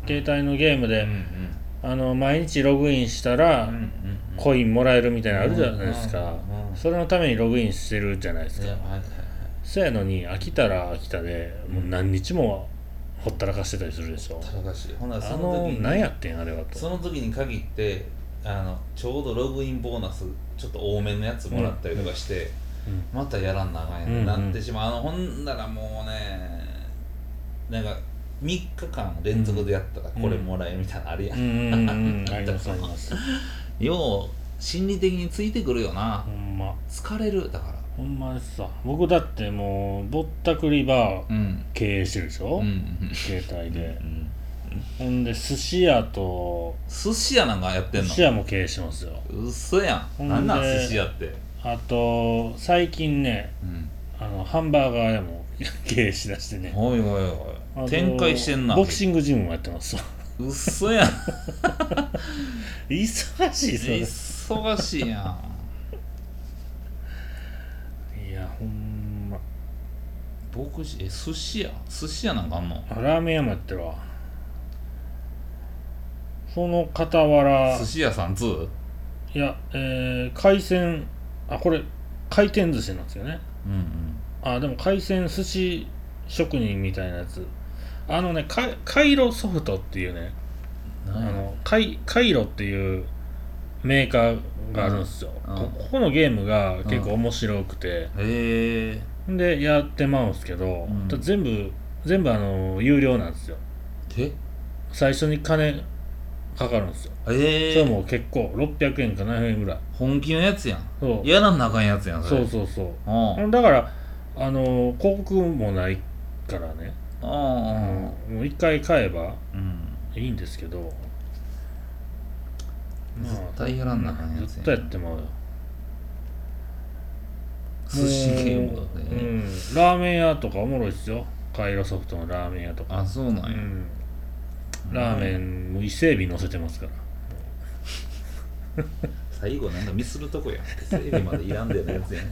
B: 携帯のゲームで、
A: ん
B: あの毎日ログインしたら、
A: うんうん
B: コインもらえるみたいなのあるじゃないですか、
A: うんうん
B: それのためにログインしてるじゃないです
A: い
B: か、
A: やはいはいはい
B: そやのに飽きたら飽きたでもう何日もほったらかしてたりするでしょ
A: ただしいほな
B: あ
A: その
B: の
A: 時
B: 何
A: に
B: やってんあれはと
A: その時に限ってあのちょうどログインボーナスちょっと多めのやつもらったりとかして、
B: うん
A: またやらんなあかんやん、
B: うんうん
A: なってしまうあのほんならもうねなんか3日間連続でやったらこれもらえみたいなのあるやん、
B: うんうんうんうんありますあります
A: よう心理的についてくるよな
B: ほんま
A: 疲れるだから
B: ほんまですさ僕だってもうぼったくりバー
A: うん
B: 経営してるでしょ、
A: うんうん
B: 携帯で
A: う、ん
B: ほんで寿司屋と
A: 寿司屋なんかやってん
B: 寿
A: の
B: 司屋も経営してますよ
A: うそや
B: ほ
A: ん
B: んで
A: なんなん寿司屋って
B: あと最近ね
A: うん
B: あのハンバーガー屋も (laughs) 経営しだしてね
A: おいおい
B: あ
A: お
B: の
A: い展開してんな
B: ボクシングジムもやってます (laughs) わ
A: うそ
B: (laughs)
A: やん
B: 忙しいそうです
A: 忙しいやん
B: いやほんま
A: ボクシえ寿司屋寿司屋なんかあんの
B: あラーメン屋もやってるわその傍ら
A: 寿司屋さん 2?
B: いやえー、海鮮あこれ回転寿司なんですよね
A: うんうん
B: あでも海鮮寿司職人みたいなやつあのねカイカイロソフトっていうねあのカイカイロっていうメーカーがあるんですよ、
A: うん
B: こここのゲームが結構面白くて、
A: へえ
B: でやってまうんすけど、
A: うん
B: ただ全部全部あの有料なんですよ
A: え
B: 最初に金かかるんですよそ
A: え
B: れ
A: え
B: も結構600円か700円ぐらい
A: 本気のやつやん
B: そう
A: やらなあかんやつやん
B: そ
A: れ
B: うそうそう
A: うん
B: だからあの広告もないからね、
A: うんうん
B: もう一回買えば
A: うん
B: いいんですけどまあ
A: 絶対やらんなあかんやつや
B: ずっ
A: ん
B: とやってまうよ
A: 寿司ゲームだ
B: もう
A: ね、
B: うん、ラーメン屋とかおもろいっすよカイロソフトのラーメン屋とか
A: あそうなんや、
B: うんラーメンも伊勢海老乗せてますから
A: 最後なんかミスるとこやん整備までいらんでのやつやん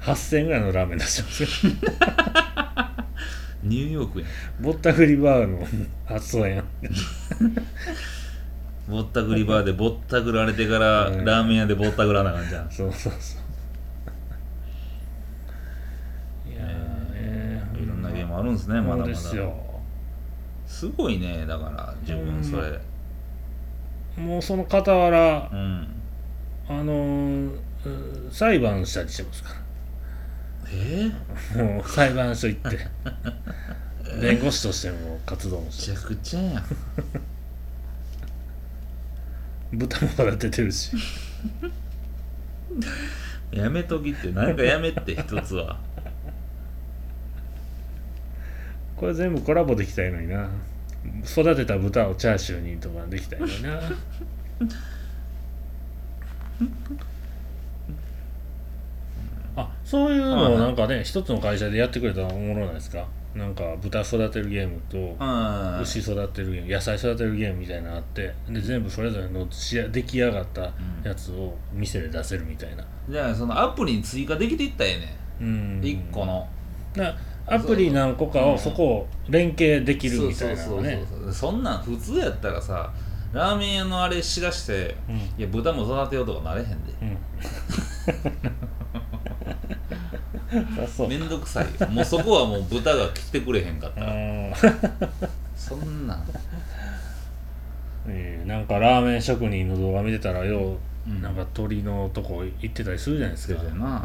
B: 8000円ぐらいのラーメン出して (laughs) ますよ
A: ニューヨークやん
B: ぼったくりバーの発想やん
A: ぼったくりバーでぼったくられてから、
B: うん
A: ラーメン屋でぼったくらなあかんじゃん
B: そうそうそういやー
A: え
B: ね
A: ーいろんなゲームあるんですねまだま
B: そ
A: だ
B: うですよ
A: すごいねだから自分それ
B: もうその傍ら
A: う、ん
B: あのーうん裁判したりしてますか
A: えーめ
B: らもう裁判所行 (laughs) って弁護士としても活動もし
A: ち
B: て
A: ゃくちゃやん
B: 豚も育ててるし
A: やめときってなんかやめって一つ
B: (laughs)
A: は
B: これ全部コラボできたいのにな育てた豚をチャーシューにとかできたいの
A: (laughs)
B: になあそういうのをなんかね一つの会社でやってくれたらおもろないですかなんか豚育てるゲームと
A: うん
B: 牛育てるゲーム野菜育てるゲームみたいなのあってで全部それぞれの仕上出来上がったやつを店で出せるみたいな
A: じゃあそのアプリに追加できていったらええ
B: うん
A: ねん一個の
B: なアプリ何個かをそこを連携できるみたいな
A: そ
B: の
A: うそう
B: ね
A: そうそうそんなん普通やったらさラーメン屋のあれしだして
B: うん
A: いや豚も育てようとかなれへんで
B: うん。そう。
A: めんどくさいよもうそこはもう豚が来てくれへんかっ
B: う
A: たら
B: ん。
A: そんなん
B: えーなんかラーメン職人の動画見てたらよう
A: うん
B: なんか鳥のとこ行ってたりするじゃないですか
A: そうやな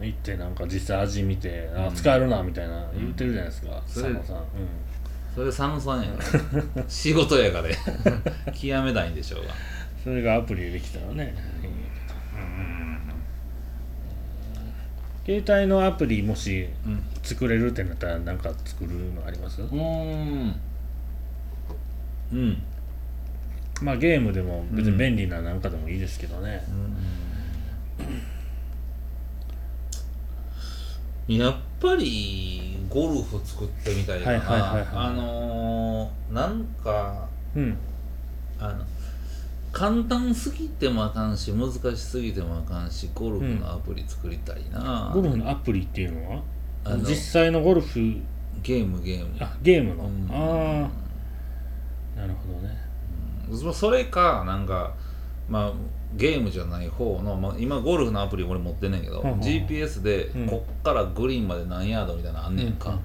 B: うん、行ってなんか実際味見て、
A: う
B: あ
A: ん
B: 使えるなみたいな言ってるじゃないですか、
A: そ
B: 佐
A: れ
B: 野さん、うん、
A: それ寒さんやから仕事やからや極めたいんでしょうが
B: それがアプリでできたらね、いいんやけど携帯のアプリもし
A: うん
B: 作れるってなったらなんか作るのあります、
A: うーんうん
B: まあゲームでも別に便利ななんかでもいいですけどね、
A: やっぱりゴルフ作ってみたいか
B: はいはいはいはい
A: なあのーなんか
B: うん
A: あの簡単すぎてもあかんし難しすぎてもあかんしゴルフのアプリ作りたいな、
B: ゴルフのアプリっていうのは
A: あの
B: 実際のゴルフ
A: ゲームゲーム
B: あゲームの、
A: うん
B: ああなるほどね
A: そそれかなんかまあゲームじゃない方の、まあ、今ゴルフのアプリ俺持ってんねんけど、
B: ほうほう
A: GPS で
B: うん
A: こっからグリーンまで何ヤードみたいなのあんねんか、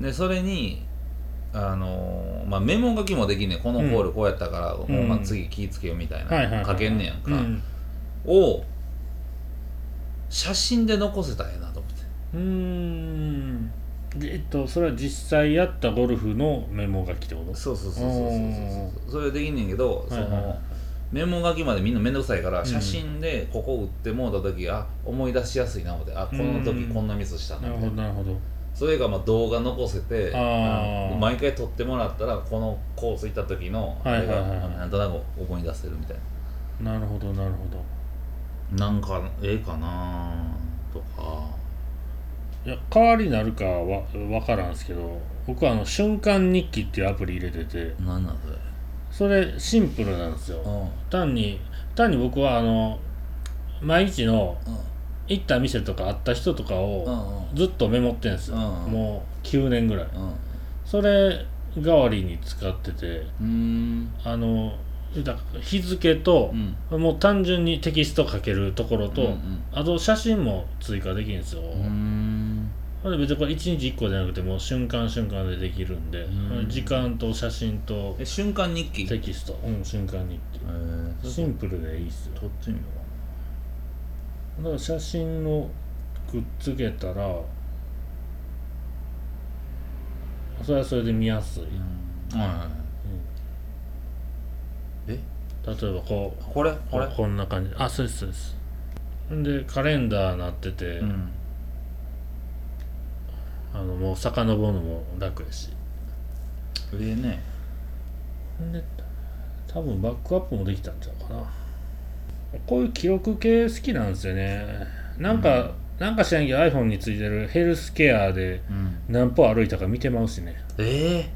A: でそれにあのーまあ、メモ書きもできんねんこのホールこうやったから、
B: ん
A: もうまあ、次気ぃつけようみたい
B: はいはいは
A: ない書けんねやんか、
B: うん
A: を写真で残せたらええなと思って
B: うーんでえっとそれは実際やったゴルフのメモ書きってこと
A: そうそうそうそうそうそうそれできんねんけど、
B: はいはい
A: そのメモ書きまでみんな面倒くさいから、
B: ん
A: 写真でここ打ってもうた時あ思い出しやすいな思ってあこの時こんなミスしたな
B: なる
A: みた
B: ほど
A: いな
B: なるほど
A: それがまあ動画残せて
B: あー
A: うん毎回撮ってもらったらこのコース行った時のあ
B: はいは
A: れ
B: いはい
A: がなんとなく思い出せるみたい
B: なるほどなるほど
A: ななんかええかなとか
B: いや代わりになるかは分からんすけど僕はあの瞬間日記っていうアプリ入れてて
A: なんなんそれ
B: それシンプルなんで
A: う
B: す
A: ん
B: よ単に単に僕はあの毎日の行った店とか会った人とか
A: う
B: を
A: んうん
B: ずっとメモってんですよ、
A: うん
B: もう9年ぐらい
A: うん
B: それ代わりに使ってて
A: うん
B: あの言うたら日付と
A: う、ん
B: もう単純にテキスト書けるところと、
A: うんうん
B: あと写真も追加できるんですよ、
A: うん
B: なので別にこれ1日1個じゃなくてもう瞬間瞬間でできるんで、
A: うん
B: 時間と写真と
A: え瞬間日記
B: テキスト、うん、瞬間日記
A: えーそれ
B: シンプルでいいっすよ
A: 撮ってみようかな
B: だから写真をくっつけたらそれはそれで見やすい、
A: はえ
B: 例えばこう
A: いこれこれ
B: こんな感じあそうですそうですほんでカレンダーなってて、
A: うん
B: あのもう遡るのも楽やし
A: ええね
B: ほんで多分バックアップもできたんちゃうかなこういう記録系好きなんですよねなんか、なんか知らんけど iPhone についてるヘルスケアで
A: うん
B: 何歩歩いたか見てまうしね
A: ええ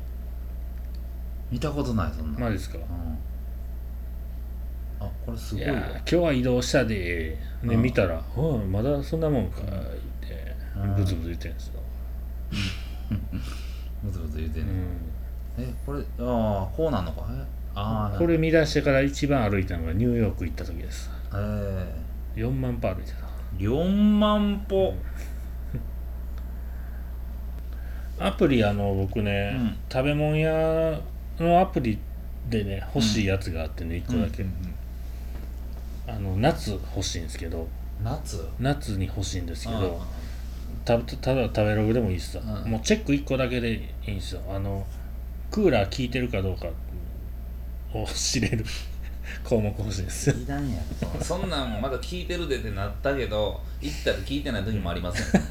A: 見たことないそんな
B: マジですか
A: うんあこれす
B: い
A: ごい
B: やー
A: わ
B: 今日は移動したで
A: う
B: で
A: ん
B: 見たら「うんまだそんなもんか」って
A: うん
B: ブツブツ言ってんですよ、
A: むずむず言うて
B: うん
A: ねえこれああこうなんのかえああ
B: これ見出してから一番歩いたのがニューヨーク行った時です
A: え
B: 4万歩歩いて
A: え4万歩
B: たアプリあの僕ね、
A: うん
B: 食べ物屋のアプリでね欲しいやつがあってね1個だけ、
A: うんうん
B: あの夏欲しいんですけど
A: 夏
B: 夏に欲しいんですけ
A: うん
B: どたただ食べログでもいいしさ、
A: うん
B: もうチェック1個だけでいいんですよあのクーラー効いてるかどうかを知れる (laughs) 項目欲しいんですよ
A: いらんやろそんなんもまだ聞いてるでってなったけど行ったら聞いてない時もありません
B: い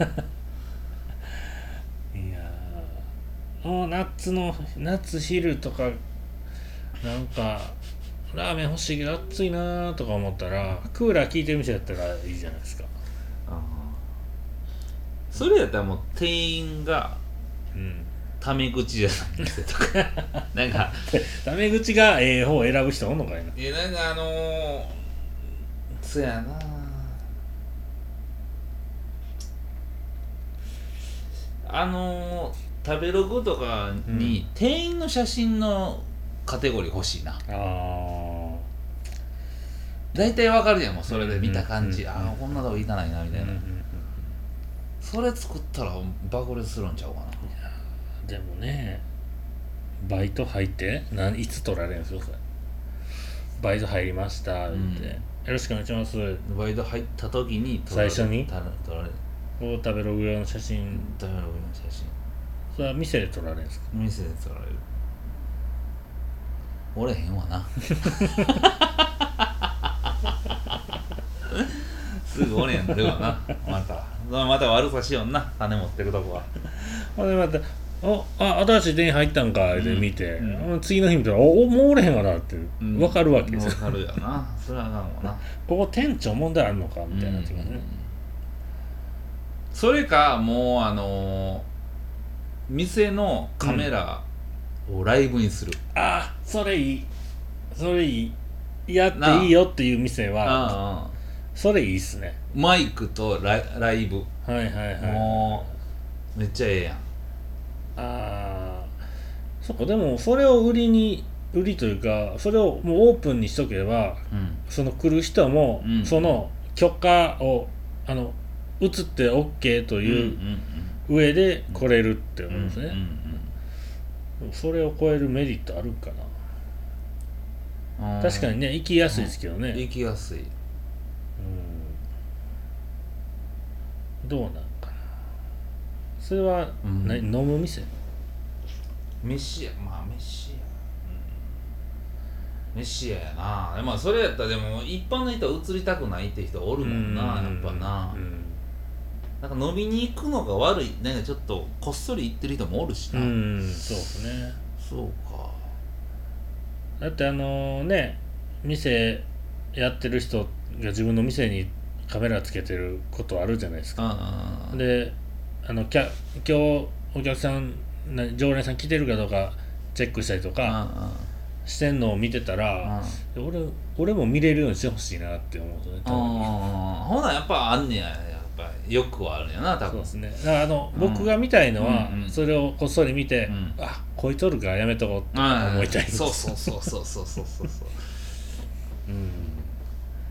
B: やーもう夏の夏昼とかなんかラーメン欲しいけど暑いなーとか思ったらクーラー効いてる店だったらいいじゃないですか
A: あーそれやったらもう店員が
B: うん (laughs)
A: タメ口じゃ (laughs) ない店とかなんか
B: タメ口がええ方を選ぶ人おんのかいない
A: やなんかあのー、そやなあのー、食べログとかに店員の写真のカテゴリー欲しいな
B: あ
A: 大体わかるやんもうそれで見た感じ、
B: うんうんうん
A: ああこんなとこ行かないなみ
B: ー
A: たいな、それ作ったら爆売れするんちゃうかな
B: でもねバイト入ってなんいつ取られるんですかそれバイト入りましたって、
A: うん
B: よろしくお願いします
A: バイト入った時に撮
B: 最初に
A: 撮ら撮られ
B: を食べログ用の写真
A: ダメな僕の写真
B: それは店で撮られるんですか
A: 店で撮られるおれへんわ
B: (laughs)
A: なすぐおれへんのではなまたまた悪さしよんな種持ってるとこは
B: ほんでまた「おあ新しい店員入ったんか」で見て、
A: うん
B: うん次の日見たら「おおもうおれへんわな」って
A: うん
B: 分かるわけです
A: わ
B: よ、
A: かるよなそれはあかんわな
B: ここ店長問題あるのかみたいになってくるね、
A: それかもうあのー店のカメラをライブにする、
B: あそれいいそれいいやっていいよっていう店は
A: ああ
B: それいいっすね
A: マイクとライライブ、
B: はいはいはい
A: もうめっちゃええやん
B: ああそっかでもそれを売りに売りというかそれをもうオープンにしとけば
A: うん
B: その来る人も、
A: うん
B: その許可をあの移って OK と
A: う
B: いうん上で来れるって
A: うん
B: 思うんですね、
A: うん
B: それを超えるメリットあるかな
A: うんうん
B: 確かにね行きやすいですけどね、
A: 行きやすい
B: うんどうなんかなそれは、
A: うん
B: 何飲む店
A: 飯やまあ飯や、うん、飯ややなまあそれやったらでも一般の人は映りたくないって人おるもんなやっぱな、なんか飲みに行くのが悪いなんかちょっとこっそり行ってる人もおるし
B: う
A: な、
B: ん、うんそうですね
A: そうか
B: だってあのね店やってる人が自分の店にカメラつけてることあるじゃないですか
A: ああ
B: であのきゃ今日お客さんな常連さん来てるかどうかチェックしたりと
A: あ
B: か
A: あ
B: してんのを見てたら
A: あ
B: 俺俺も見れるようにしてほしいなって思うんですよね
A: あほなやっぱあんねややっぱりよくはあるんやな多
B: そう
A: 分
B: ですねだからあの、
A: うん
B: 僕が見たいのは、
A: うんうん
B: それをこっそり見て、
A: うん
B: あこいつおるからやめとこうって
A: ああ
B: 思いたいんです
A: そうそうそうそうそうそうそうそう
B: うん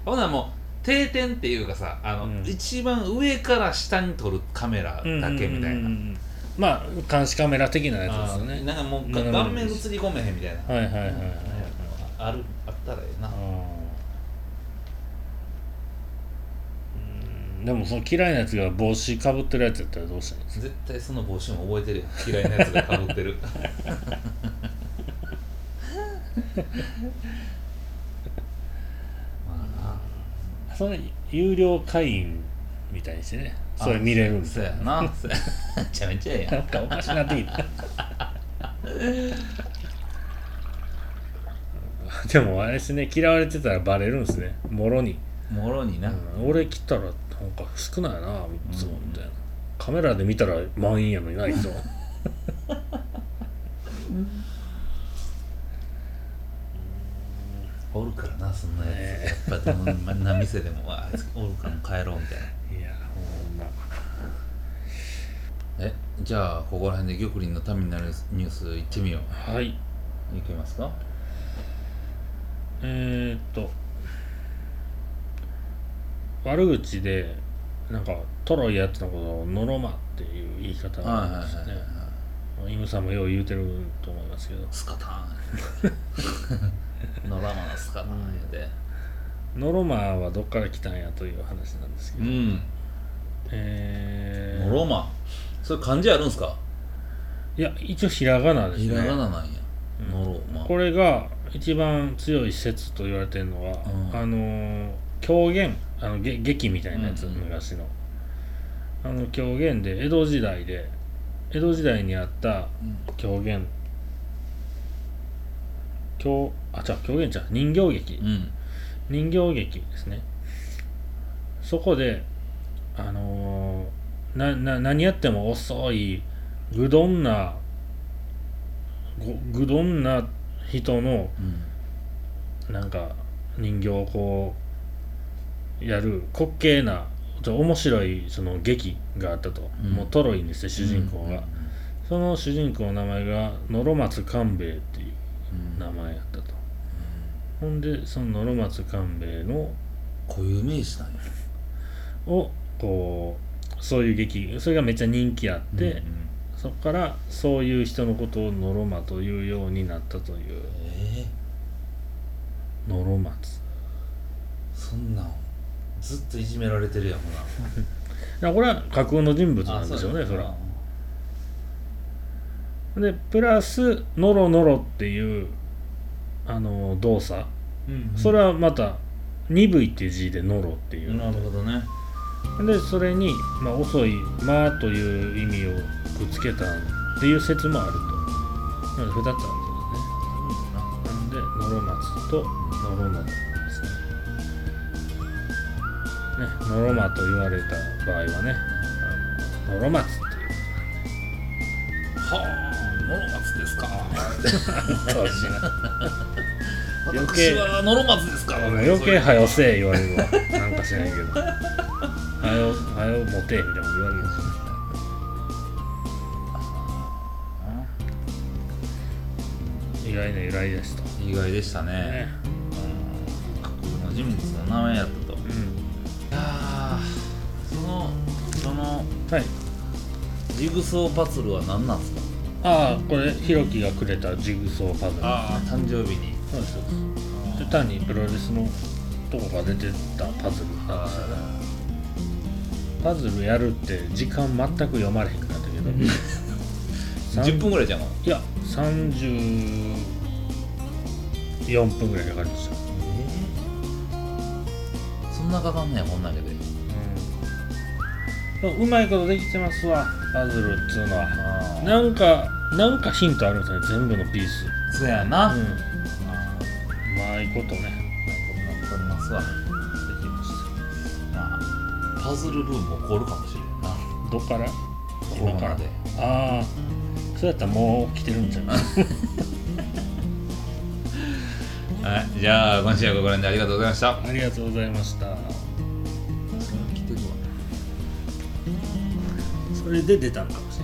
A: ほなもう定点っていうかさあの、
B: うん
A: 一番上から下に撮るカメラだけみたい
B: うんうんうんう
A: な、
B: んまあ監視カメラ的なやつ
A: あ
B: ですよ
A: ー
B: ね
A: なんかもう
B: 斜め
A: 顔面映り込めへんみたいな、
B: はいはいはいはい、
A: ねあるあったらええな、
B: うんうんでもその嫌いなやつが帽子かぶってるやつやったらどうしたらいいんです
A: 絶対その帽子も覚えてるよ嫌いなやつがかぶってるまあな
B: かそれ有料会員みたいにしてねそれ見れるんです
A: そう
B: よ
A: やなそうやめちゃめちゃええ
B: な
A: や
B: んかおかしな (laughs) ってきたでもあれですね嫌われてたらバレるんですねもろに、
A: んもろにな、
B: うん俺来たらなんか少ないな3つもみたいな、カメラで見たら満員やのにない (laughs) 人
A: おるからなそんなやつ、やっぱどんな店でもあいつおるからもう帰ろうみたいない
B: やほんま
A: (laughs) えじゃあここら辺で玉林のためになるニュースいってみよ
B: はい。
A: ういけますか
B: えー、っと、悪口で、なんか、トロいやつのことをノロマっていう言い方
A: はいはい
B: があるんです
A: はい
B: ね
A: はい。
B: イムさんもよう言うてると思いますけど、
A: スカタ (laughs) ンノラマのスカタン言うて
B: ノロマはどっから来たんやという話なんですけ
A: う
B: ど、
A: ん
B: えー
A: ノロマそれ漢字あるんすか
B: いや、一応ひらがなですね。
A: ひらがななんや、
B: うん
A: ノロマ
B: これが一番強い説と言われてるのは、
A: うん
B: あのー狂言あのげ劇みたいなやつ、
A: うんうん
B: 昔のあの狂言で江戸時代で江戸時代にあった
A: うん
B: 狂言狂あ違う狂言じゃう人形劇
A: うん
B: 人形劇ですねそこであのーなな何やっても遅い愚鈍なご愚鈍な人の
A: うん
B: なんか人形をこうやる滑稽なちょ面白いその劇があったと、
A: うん
B: もうトロいんですよ主人公が、その主人公の名前が野呂松官兵衛っていう
A: うん
B: 名前やったとほんでその野呂松官兵衛の
A: 固有名詞なんや
B: をこうそういう劇それがめっちゃ人気あって、
A: うんうん
B: そこからそういう人のことをノロマというようになったという
A: え
B: ノロマツ
A: ー、そそんなんずっといじめられてるやんほ
B: だからこれは架空の人物
A: ら
B: なんでしょうねそ
A: や
B: れ
A: な
B: はでプラスノロノロっていうあの動作
A: うん
B: それはまた鈍いっていう字でノロっていう
A: なるほどね
B: でそれに、まあ、遅い「まあ」という意味をくっつけたっていう説もあるとなので2つあるんですよねなんで「のろ松」と「のろな」ですねね「のろま」と言われた場合はね「あののろ松」って
A: はあノロマツですか
B: いうそうですね余計
A: 私はノロマツですから
B: 余計「はよせえ」言われるわなんか知らんけど「はよはよ持て」みたいなこと言われるんですよ意外な由来でした
A: 意外でしたね
B: ね
A: うん架空の人物の名前やったとい
B: うん
A: やーそのその
B: はい
A: ジグソーパズルは何なんですか
B: ああこれひろきがくれたジグソーパズル
A: ああ誕生日に
B: そうですそうです単にプロレスのとこが出てたパズルなんですよねパズルやるって時間全く読まれへんかったけ (laughs) ど三
A: 10分ぐらいじゃん
B: いや34分ぐらいかかりました、
A: そんなかかんねやこんだけで
B: うん、うまいことできてますわパズルっつうのは
A: ああ
B: なんかなんかヒントあるんですよね全部のピース
A: そうや
B: う
A: な、
B: ん
A: あ
B: う
A: ー
B: まいことね
A: なんかわかりますわ
B: できました
A: まあパズルブーム起こるかもしれんな
B: どっから
A: コロ
B: 今から
A: ナで
B: ああそうやったらもう来てるんじゃない (laughs)
A: はいじゃあ今週はご覧でありがとうございました
B: ありがとうございまし
A: そ
B: た
A: れは来てるわ
B: それで出たのかもしれない